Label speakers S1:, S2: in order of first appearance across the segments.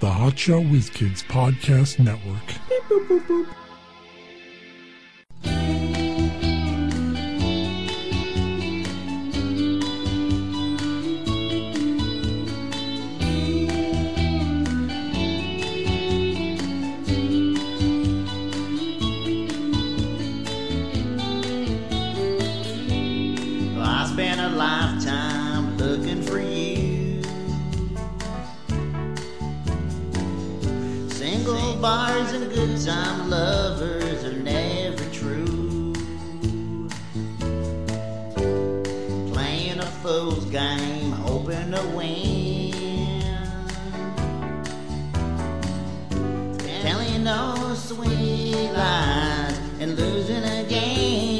S1: the Hotshot Whiz Kids Podcast Network.
S2: Well, I spent a lifetime looking for you. Single bars and good time lovers are never true. Playing a fool's game, hoping to win. Telling those sweet lies and losing again.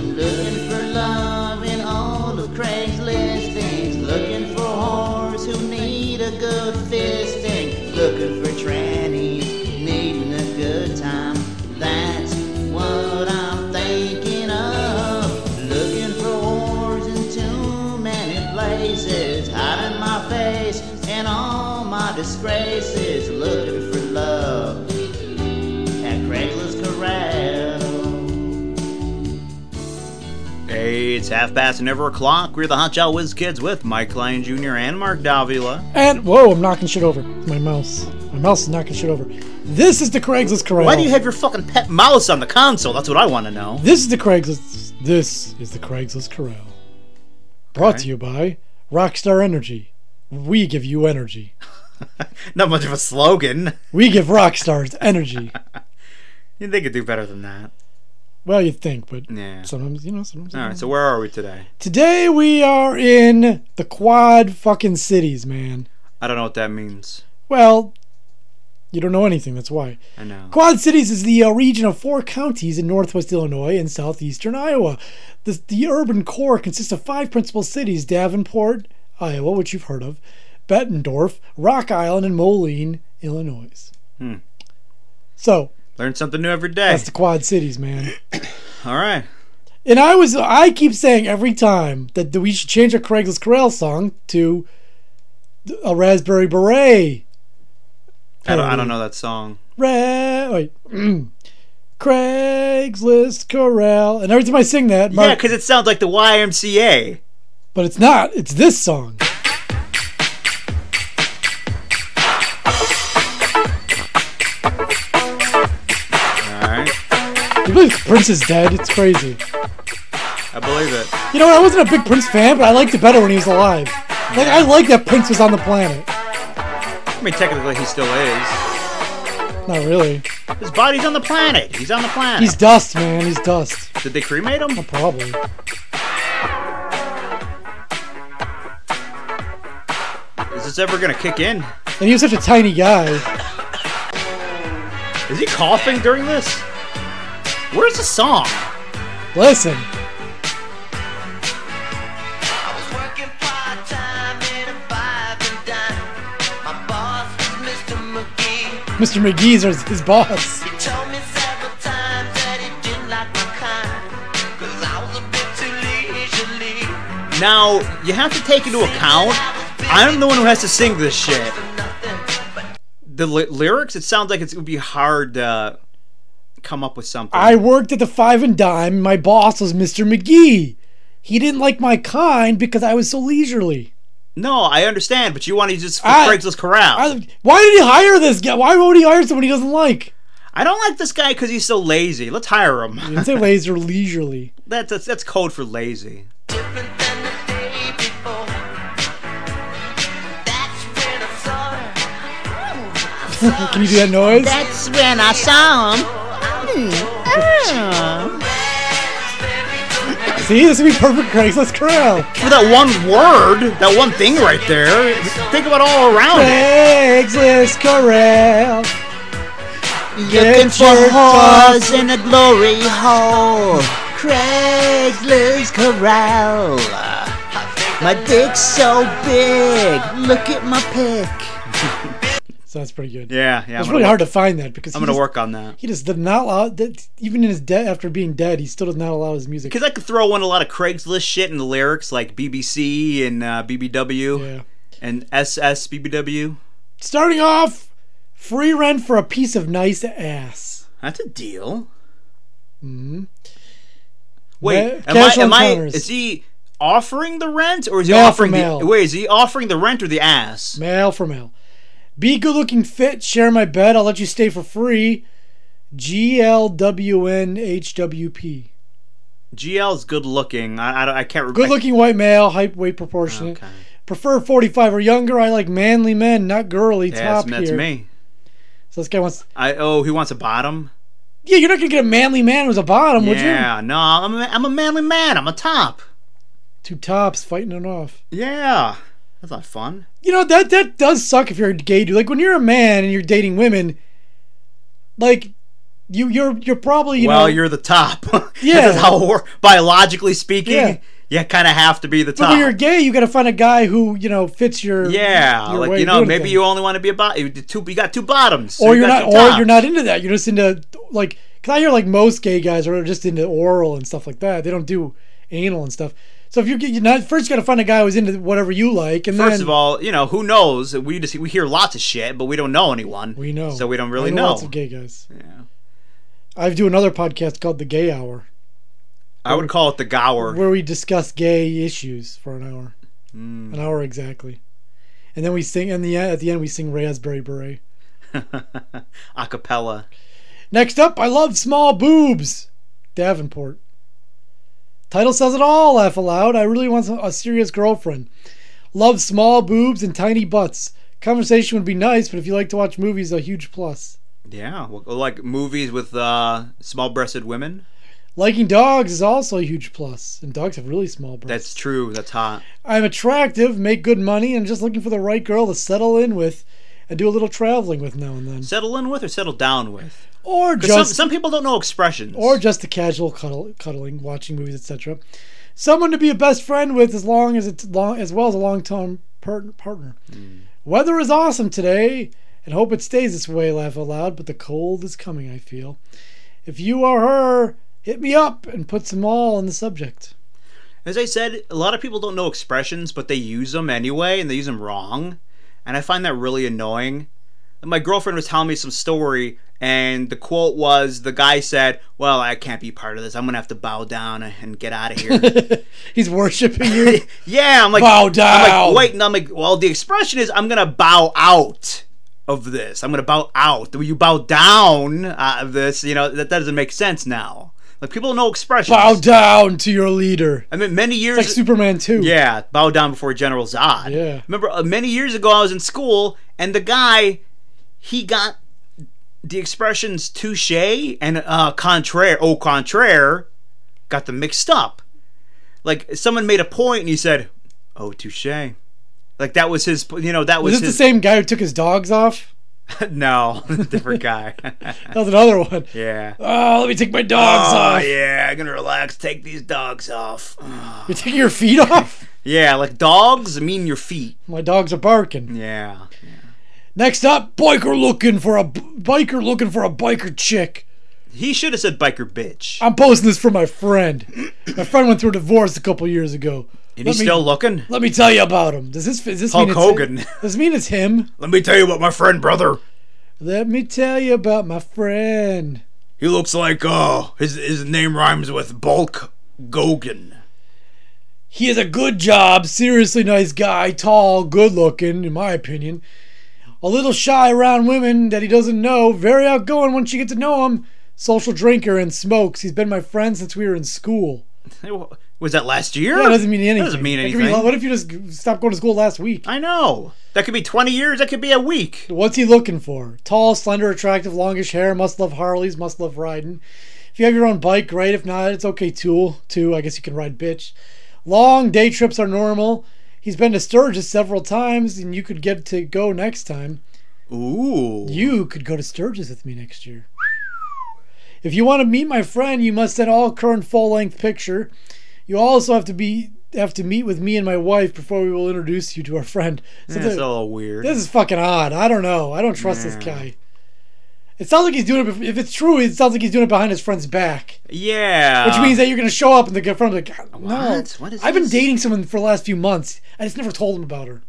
S2: I'm looking for love in all of Craigslist things. Looking for whores who need a good fisting. Looking for trannies needing a good time. That's what I'm thinking of. Looking for whores in too many places. Hiding my face and all my disgraces. Looking for love at Craigslist Corral. Hey, it's half past an over o'clock. We're the Hot Shot Whiz Kids with Mike Lyon Jr. and Mark Davila.
S3: And whoa, I'm knocking shit over. My mouse. My mouse is knocking shit over. This is the Craigslist Corral.
S2: Why do you have your fucking pet mouse on the console? That's what I want to know.
S3: This is the Craigslist. This is the Craigslist Corral. Brought to you by Rockstar Energy. We give you energy.
S2: Not much of a slogan.
S3: We give rockstars energy.
S2: You'd think it'd do better than that.
S3: well, you think, but
S2: Yeah.
S3: sometimes you know. Sometimes.
S2: All right, so where are we today?
S3: Today we are in the Quad fucking cities, man.
S2: I don't know what that means.
S3: Well, you don't know anything. That's why.
S2: I know.
S3: Quad Cities is the uh, region of four counties in northwest Illinois and southeastern Iowa. The, the urban core consists of five principal cities Davenport, Iowa, which you've heard of, Bettendorf, Rock Island, and Moline, Illinois.
S2: Hmm.
S3: So,
S2: Learn something new every day.
S3: that's the Quad Cities, man.
S2: All right.
S3: And I was I keep saying every time that we should change our Craigslist Corral song to a Raspberry Beret.
S2: I don't, I
S3: parody.
S2: don't know that song.
S3: Ra- wait. Craigslist Corral. And every time I sing that,
S2: Yeah,
S3: Mark,
S2: because it sounds like the YMCA.
S3: but it's not. It's this song.
S2: All right.
S3: You believe Prince is dead? It's crazy.
S2: I believe it.
S3: You know, I wasn't a big Prince fan, but I liked it better when he was alive. Like, I like that Prince was on the planet.
S2: I mean, technically, he still is.
S3: Not really.
S2: His body's on the planet. He's on the planet.
S3: He's dust, man. He's dust.
S2: Did they cremate him?
S3: Probably.
S2: Is this ever gonna kick in?
S3: And he was such a tiny guy.
S2: Is he coughing during this? Where's the song?
S3: Listen.
S4: I was working part time in a five and dime. My boss was Mr. McGee.
S3: Mr. McGee's his- his boss.
S4: He told me several times that he didn't like my kind. Cause I was a bit too leisurely.
S2: Now, you have to take into account, I'm the one who has to sing this shit.
S4: For nothing, but
S2: The ly- lyrics, it sounds like it's, it would be hard to uh, come up with something.
S3: I worked at the Five and Dime. My boss was Mr. McGee. He didn't like my kind because I was so leisurely.
S2: no, I understand, but you want to use this for
S3: I-
S2: Craigslist Corral. I,
S3: I, why did he hire this guy? Why would he hire someone he doesn't like?
S2: don't like this guy because he's so lazy. Let's hire him.
S3: He didn't say laser leisurely.
S2: that's, that's, that's code for lazy.
S4: different than the day before. That's when I saw her.
S3: Can you do that noise?
S2: That's when I saw him.
S4: Hmm.
S2: Ah.
S3: See, this would be perfect Craigslist Corral.
S2: For that one word, that one thing right there, think about all around it.
S3: Craigslist Corral.
S2: Looking
S3: Get
S2: for
S3: your
S2: whores in a glory hole. Craigslist Corral. My dick's so big. Look at my pic.
S3: So that's pretty good.
S2: Yeah, yeah. I'm
S3: It's
S2: gonna,
S3: really
S2: work,
S3: hard to find that because
S2: I'm
S3: he,
S2: gonna
S3: just,
S2: work on that.
S3: he just did not allow that. Even in his death, after being dead, he still does not allow his music.
S2: Because I could throw in a lot of Craigslist shit in the lyrics, like BBC and uh, BBW.
S3: Yeah.
S5: And SSBBW.
S3: Starting off, free rent for a piece of nice ass.
S5: That's a deal.
S3: Mm-hmm.
S5: Wait,
S3: Ma-
S5: am I,
S3: casual
S5: am I?
S3: encounters.
S5: Is he offering the rent, or is he
S3: Male for
S5: offering the?
S3: male.
S5: Wait, is he offering the rent or the ass?
S3: Male for male. Be good looking fit, share my bed, I'll let you stay for free. GLWNHWP.
S5: GL's good looking. I, I, don't- I can't remember.
S3: Good looking white male, height, weight proportionate.
S5: Okay.
S3: Prefer 45 or younger. I like manly men, not girly
S5: Yeah,
S3: top
S5: that's, that's
S3: here.
S5: me.
S3: So this guy wants.
S5: I oh, he wants a bottom.
S3: Yeah, you're not gonna get a manly man who's a bottom, would you?
S5: yeah, no, I'm a, I'm a manly man. I'm a top.
S3: Two tops fighting it off.
S5: Yeah, that's not fun.
S3: You know that that does suck if you're a gay dude. Like when you're a man and you're dating women, like you you're you're probably you
S5: well,
S3: know
S5: you're the top.
S3: Yeah.
S5: this is how it works. biologically speaking,
S3: Yeah.
S5: you kind of have to be the
S3: But
S5: top.
S3: when you're gay, you got to find a guy who you know fits your
S5: yeah,
S3: your
S5: like
S3: way
S5: you
S3: of
S5: know,
S3: doing
S5: maybe
S3: things.
S5: you only want to be a bottom. You, two- you got two bottoms, so
S3: or
S5: you
S3: you're
S5: got
S3: not
S5: two
S3: or you're
S5: tops.
S3: not into that. You're just into like because I hear like most gay guys are just into oral and stuff like that. They don't do anal and stuff. So if you get you're not first, you got to find a guy who's into whatever you like, and
S5: First
S3: then
S5: of all, you know who knows? We just we hear lots of shit, but we don't know anyone.
S3: we know
S5: so we don't really
S3: I know,
S5: know.
S3: lots of gay guys.
S5: Yeah.
S3: I do another podcast called The Gay Hour
S5: I would call it the Gower.
S3: where we discuss gay issues for an hour,
S5: Mm.
S3: an hour exactly, and then we sing. And the at the end, we sing Raspberry Beret.
S5: Acapella.
S3: Next up, I love small boobs. Davenport. Title says it all, laugh aloud. I really want some- a serious girlfriend. Love small boobs and tiny butts. Conversation would be nice, but if you like to watch movies, a huge plus.
S5: Yeah, well, like movies with uh, small-breasted women.
S3: Liking dogs is also a huge plus, and dogs have really small breasts.
S5: That's true. That's hot.
S3: I'm attractive, make good money, and just looking for the right girl to settle in with and do a little traveling with now and then.
S5: Settle in with or settle down with.
S3: Or
S5: 'Cause Some,
S3: just
S5: some people don't know expressions.
S3: or just a casual cuddle, cuddling, watching movies, etc. Someone to be a best friend with, as long as it's long, as well as a long-term per- partner.
S5: Hmm.
S3: Weather is awesome today, and hope it stays this way. Laugh aloud, but the cold is coming. I feel. If you are her, hit me up and put some all on the subject.
S5: as I said, a lot of people don't know expressions, but they use them anyway, and they use them wrong, and I find that really annoying. My girlfriend was telling me some story, and the quote was the guy said, "Well, I can't be part of this. I'm gonna have to bow down and get out of here."
S3: He's worshiping you.
S5: yeah, I'm like
S3: Bow
S5: I'm
S3: down.
S5: like, Wait, and I'm like, well, the expression is I'm gonna bow out of this. I'm gonna bow out. When you bow down out of this, you know that, that doesn't make sense now. Like people know expressions.
S3: Bow down to your leader.
S5: I mean, many years.
S3: Like Superman too.
S5: Yeah, bow down before General Zod.
S3: Yeah.
S5: Remember, uh, many years ago, I was in school, and the guy, he got the expressions touche and uh, contraire, au contraire, got them mixed up. Like, someone made a point, and he said, oh, touche. Like, that was his, you know, that was,
S3: Was this the
S5: his.
S3: same guy who took his dogs off?
S5: no, different guy.
S3: That was another one.
S5: yeah.
S3: Oh, let me take my dogs
S5: Oh,
S3: off.
S5: yeah, I'm going to relax, take these dogs off. Ugh.
S3: You're taking your feet off.
S5: yeah, like, dogs mean your feet.
S3: My dogs are barking.
S5: Yeah.
S3: Next up, biker looking for a b- biker looking for a biker chick.
S5: He should have said biker bitch.
S3: I'm posting this for my friend. My friend went through a divorce a couple years ago.
S5: And
S3: let
S5: he's
S3: me-
S5: still looking.
S3: Let me tell you about him. Does this does this
S5: Hulk
S3: mean it's
S5: Hogan.
S3: Him? Does this mean it's him?
S5: Let me tell you about my friend brother.
S3: Let me tell you about my friend.
S5: He looks like oh his his name rhymes with bulk Gogan.
S3: He has a good job, seriously nice guy, tall, good looking, in my opinion. A little shy around women that he doesn't know, very outgoing once you get to know him. Social drinker and smokes. He's been my friend since we were in school.
S5: Was that last year?
S3: That doesn't mean anything.
S5: That doesn't mean
S3: That could
S5: anything.
S3: Be, what if you just stopped going to school last week?
S5: I know. That could be twenty years. That could be a week.
S3: What's he looking for? Tall, slender, attractive, longish hair, must love Harleys, must love riding. If you have your own bike, great. If not, it's okay too. Too, I guess you can ride bitch. Long day trips are normal. He's been to Sturgis several times, and you could get to go next time.
S5: Ooh.
S3: You could go to Sturgis with me next year. If you want to meet my friend, you must send all current full-length picture. You also have to be have to meet with me and my wife before we will introduce you to our friend. So
S5: That's
S3: the-
S5: a little weird.
S3: this is fucking odd. I don't know. I don't trust this
S5: Yeah.
S3: guy. It sounds like he's doing it. bef- If it's true, it sounds like he's doing it behind his friend's back,
S5: yeah.
S3: which means that you're gonna show up and the friend's like, "God, "No,
S5: Uh. What? What is
S3: I've been
S5: this?"
S3: dating someone for the last few months. I just never told him about her."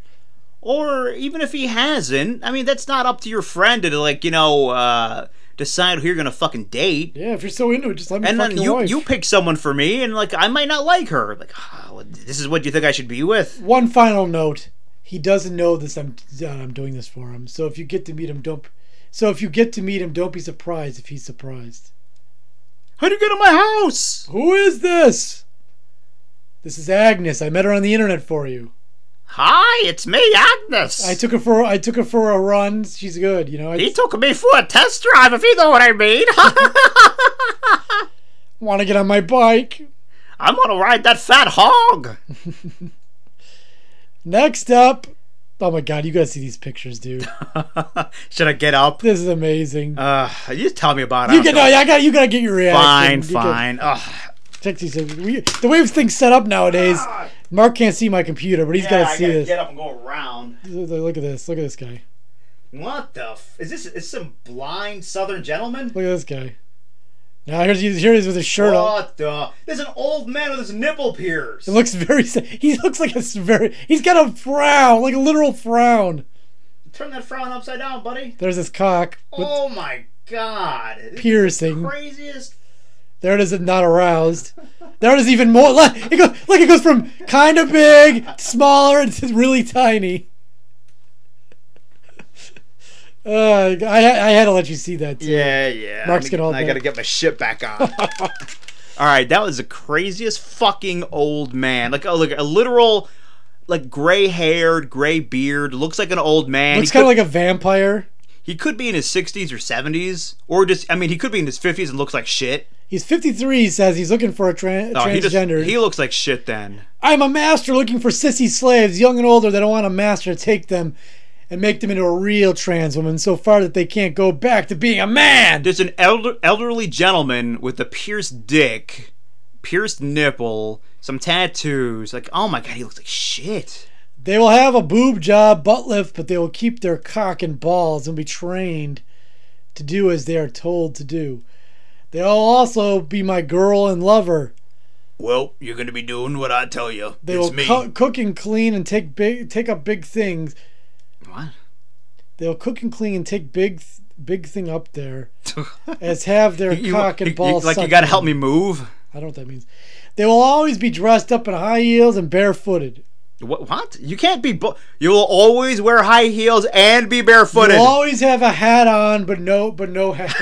S5: Or even if he hasn't, I mean, that's not up to your friend to like, you know, uh, decide who you're gonna fucking date.
S3: Yeah, if you're so into it, just let me
S5: And
S3: fuck
S5: then
S3: your
S5: you
S3: wife.
S5: you pick someone for me, and like I might not like her. Like, ah, well, this is what you think I should be with.
S3: One final note: he doesn't know this. I'm uh, I'm doing this for him. So if you get to meet him, don't. So if you get to meet him, don't be surprised if he's surprised.
S5: How'd you get in my house?
S3: Who is this? This is Agnes. I met her on the internet for you.
S5: Hi, it's me, Agnes.
S3: I took her for I took her for a run. She's good, you know. I
S5: he took me for a test drive, if you know what I mean.
S3: want to get on my bike.
S5: I'm gonna ride that fat hog.
S3: Next up, oh my god, you gotta see these pictures, dude.
S5: Should I get up?
S3: this is amazing.
S5: Uh, you tell me about it.
S3: you
S5: I don't
S3: get
S5: know.
S3: no, I got you gotta get your reaction.
S5: Fine,
S3: You
S5: fine. Ugh.
S3: Get, Texas said, we, the way this thing's set up nowadays, Mark can't see my computer, but he's
S5: Yeah,
S3: gotta
S5: I
S3: see
S5: gotta
S3: this.
S5: get up and go around.
S3: Look at this. Look at this guy.
S5: What the? F- is this? Is some blind Southern gentleman?
S3: Look at this guy. Now here's here he is with his shirt off.
S5: What the? There's an old man with his nipple pierced.
S3: It looks very. sa- He looks like a s- very. He's got a frown, like a literal frown.
S5: Turn that frown upside down, buddy.
S3: There's his cock with
S5: oh my God! This is the
S3: piercing.
S5: Craziest.
S3: There it is, not aroused. There it is, even more. Look, it goes, look, it goes from kind of big, smaller, and to really tiny. Uh, I, I had to let you see that too.
S5: Yeah, yeah.
S3: Mark's
S5: I
S3: gonna hold
S5: I
S3: that.
S5: gotta get my shit back on. All right, that was the craziest fucking old man. Like, a, like a literal, like gray-haired, gray beard. Looks like an old man.
S3: Looks
S5: He
S3: kind of
S5: could-
S3: like a vampire.
S5: He could be in his 60s or 70s, or just, I mean, he could be in his 50s and looks like shit.
S3: He's 53. He says he's looking for a tran-
S5: No, he, just,
S3: transgender.
S5: he looks like shit then.
S3: I'm a master looking for sissy slaves, young and older, that I want a master to take them and make them into a real trans woman so far that they can't go back to being a man.
S5: There's an elder, elderly gentleman with a pierced dick, pierced nipple, some tattoos. Like, oh my god, he looks like shit.
S3: They will have a boob job, butt lift, but they will keep their cock and balls and be trained to do as they are told to do. They'll also be my girl and lover.
S5: Well, you're gonna be doing what I tell you.
S3: They will cu- cook and clean and take big, take up big things.
S5: What?
S3: They'll cook and clean and take big, th- big thing up there, as have their
S5: You-
S3: cock
S5: you-
S3: and balls.
S5: like you
S3: sucked
S5: gotta
S3: in.
S5: help me move.
S3: I don't know what that means. They will always be dressed up in high heels and barefooted.
S5: What? what? You can't be. Bo- you will always wear high heels and be barefooted.
S3: They'll always have a hat on, but no, but no hat,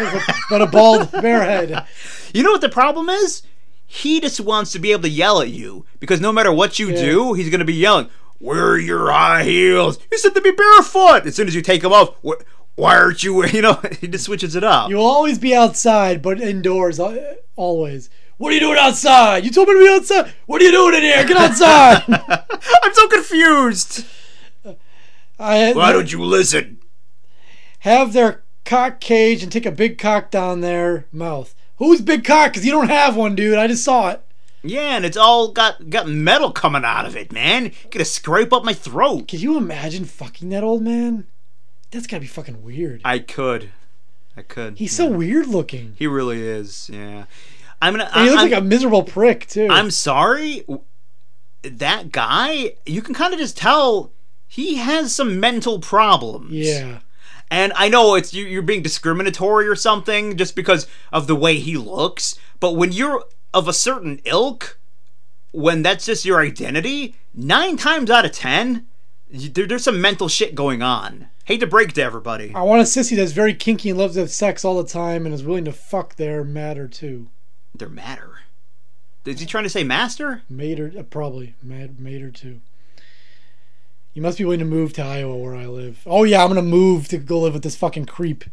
S3: but a bald bare head.
S5: You know what the problem is? He just wants to be able to yell at you because no matter what you do, he's going to be yelling, Where are your high heels? You said to be barefoot. As soon as you take them off, "Wh- why aren't you wearing, you know, he just switches it up.
S3: You will always be outside, but indoors al- always. What are you doing outside? You told me to be outside. What are you doing in here? Get outside!
S5: I'm so confused.
S3: I
S5: Why don't you listen?
S3: have their cock cage and take a big cock down their mouth. Who's big cock? Cause you don't have one, dude. I just saw it.
S5: Yeah, and it's all got got metal coming out of it, man. Gonna scrape up my throat.
S3: Could you imagine fucking that old man? That's gotta be fucking weird.
S5: I could, I could.
S3: He's so weird looking.
S5: he really is. Yeah, I'm gonna.
S3: And he looks
S5: I'm-
S3: like a miserable prick too.
S5: I'm sorry, w- that guy. You can kind of just tell he has some mental problems.
S3: yeah.
S5: and I know it's you, you're being discriminatory or something just because of the way he looks. But when you're of a certain ilk, when that's just your identity, nine times out of ten, you, there, there's some mental shit going on. Hate to break to everybody.
S3: I want a sissy that's very kinky and loves to have sex all the time and is willing to fuck their matter too.
S5: They're matter. Is he trying to say master?
S3: Mater, uh, probably. Mad, mater too. You must be willing to move to Iowa where I live. Oh yeah, I'm gonna move to go live with this fucking creep.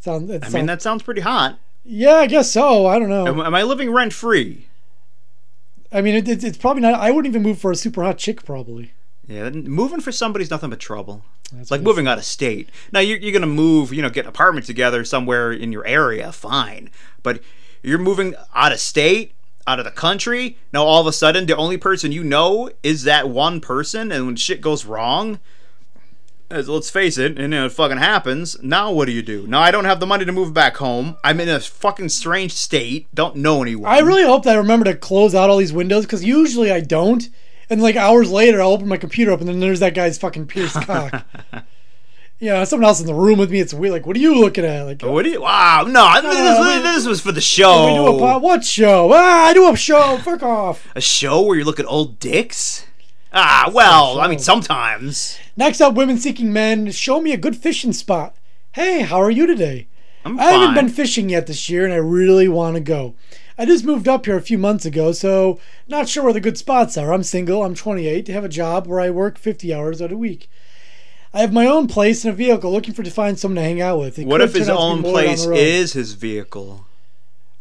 S3: Sound, that
S5: I mean,
S3: sound-
S5: that sounds pretty hot.
S3: yeah, I guess so. I don't
S5: Am,
S3: know.
S5: am I living rent free?
S3: I mean, it, it, it's probably not. I wouldn't even move for a super hot chick, probably.
S5: Yeah, that- moving for somebody's nothing but trouble.
S3: That's
S5: it's like
S3: what
S5: moving out of state. Now you're, you're gonna move, you know, get an apartment together somewhere in your area, fine. But you're moving out of state, out of the country. Now all of a sudden, the only person you know is that one person, and when shit goes wrong, as, let's face it, and it fucking happens. Now what do you do? Now I don't have the money to move back home. I'm in a fucking strange state. Don't know anyone.
S3: I really hope that I remember to close out all these windows because usually I don't. And like hours later, I'll open my computer up and then there's that guy's fucking pierced cock. Yeah, someone else in the room with me. It's weird. Like, what are you looking at? Like,
S5: What do you? Wow, no, I think
S3: Uh,
S5: this, this was for the show.
S3: we do a po- what show? Ah, I do a show. Fuck off.
S5: a show where you look at old dicks? Ah, well,
S3: show.
S5: I mean, sometimes.
S3: Next up, women seeking men. Show me a good fishing spot. Hey, how are you today?
S5: I'm
S3: I haven't
S5: fine.
S3: been fishing yet this year, and I really want to go. I just moved up here a few months ago, so not sure where the good spots are. I'm single, I'm 28, have a job where I work 50 hours out a week. I have my own place and a vehicle looking for to find someone to hang out with. It
S5: what
S3: could
S5: if his
S3: turn out to be
S5: own
S3: more down the
S5: place
S3: road.
S5: is his vehicle?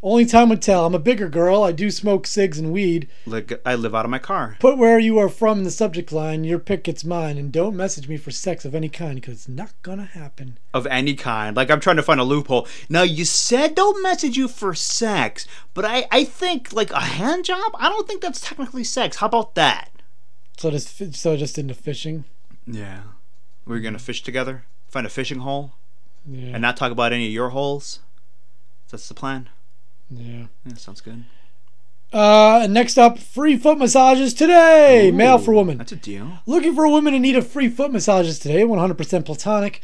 S3: Only time would tell. I'm a bigger girl. I do smoke cigs and weed.
S5: Like, I live out of my car.
S3: Put where you are from in the subject line. Your pick gets mine. And don't message me for sex of any kind because it's not going to happen.
S5: Of any kind. Like, I'm trying to find a loophole. Now, you said don't message you for sex, but I, I think, like, a hand job? I don't think that's technically sex. How about that?
S3: So just, fi- so just into fishing.
S5: Yeah. We're going to fish together, find a fishing hole,
S3: Yeah.
S5: and not talk about any of your holes? That's the plan?
S3: yeah.
S5: Yeah, sounds good.
S3: Uh, and next up, free foot massages today. Male for
S5: Ooh,
S3: woman.
S5: That's a deal.
S3: Looking for a woman in need of free foot massages today. 100% platonic.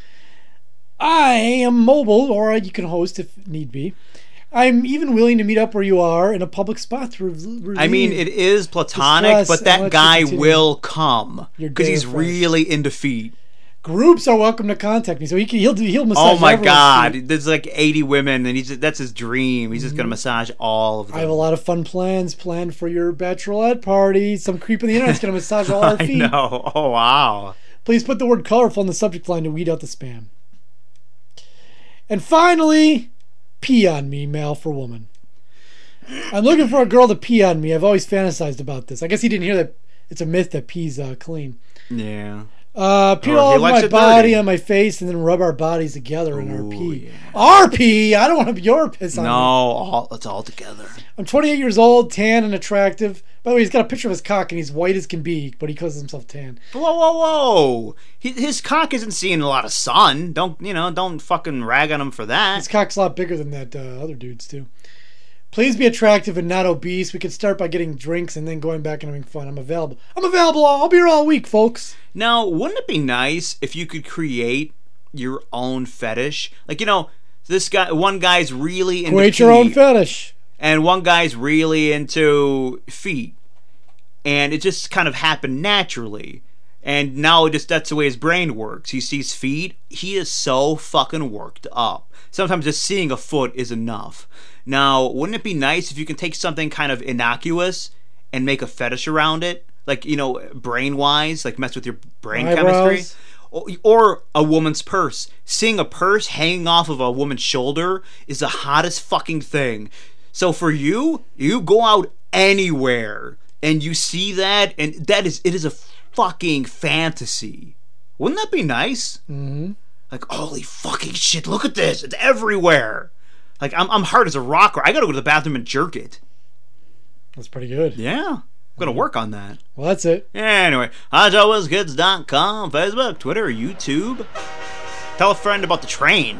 S3: I am mobile, or you can host if need be. I'm even willing to meet up where you are in a public spot to re- relieve.
S5: I mean, it is platonic,
S3: Discuss and
S5: but that
S3: let's
S5: guy
S3: continue.
S5: will come
S3: Your
S5: because
S3: gay
S5: he's
S3: friend.
S5: really in defeat.
S3: groups are welcome to contact me. So he can, he'll do he'll massage.
S5: Oh my
S3: everyone's
S5: God,
S3: feet.
S5: there's like 80 women, and he's that's his dream. He's just gonna massage all of them.
S3: Mm-hmm. I have a lot of fun plans planned for your bachelorette party. Some creep on the internet's gonna massage all our
S5: I
S3: feet.
S5: know. Oh wow.
S3: Please put the word colorful in the subject line to weed out the spam. And finally, pee on me, male for woman. I'm looking for a girl to pee on me. I've always fantasized about this. I guess he didn't hear that. It's a myth that pee's uh, clean.
S5: Yeah.
S3: Uh, pee
S5: Or
S3: all
S5: Oh, he
S3: over
S5: likes
S3: my
S5: it
S3: body
S5: dirty.
S3: on my face, and then rub our bodies together in our
S5: Ooh,
S3: pee.
S5: yeah.
S3: Our pee. I don't want your piss on
S5: No,
S3: me.
S5: all it's all together.
S3: I'm 28 years old, tan and attractive. By the way, he's got a picture of his cock and he's white as can be, but he calls himself tan.
S5: Whoa, whoa, whoa! He, his cock isn't seeing a lot of sun. Don't you know? Don't fucking rag on him for
S3: His
S5: that.
S3: cock's a lot bigger than that uh, other dude's too. Please be attractive and not obese. We could start by getting drinks and then going back and having fun. I'm available. I'm available. I'll be here all week, folks.
S5: Now, wouldn't it be nice if you could create your own fetish? Like you know, this guy, one guy's really into
S3: Create your own
S5: feet.
S3: fetish.
S5: and one guy's really into feet and it just kind of happened naturally and now it just that's the way his brain works he sees feet he is so fucking worked up sometimes just seeing a foot is enough now wouldn't it be nice if you can take something kind of innocuous and make a fetish around it like you know brain wise like mess with your brain
S3: Eyebrows.
S5: chemistry or, or a woman's purse. Seeing a purse hanging off of a woman's shoulder is the hottest fucking thing. So for you, you go out anywhere and you see that, and that is it is a fucking fantasy. Wouldn't that be nice? Mm-hmm. Like holy fucking shit! Look at this. It's everywhere. Like I'm I'm hard as a rock. Or I gotta go to the bathroom and jerk it.
S3: That's pretty good.
S5: Yeah, I'm gonna work on that.
S3: Well, that's it.
S5: Anyway, HotJoeWasGoods.com, Facebook, Twitter, YouTube. Tell a friend about the train.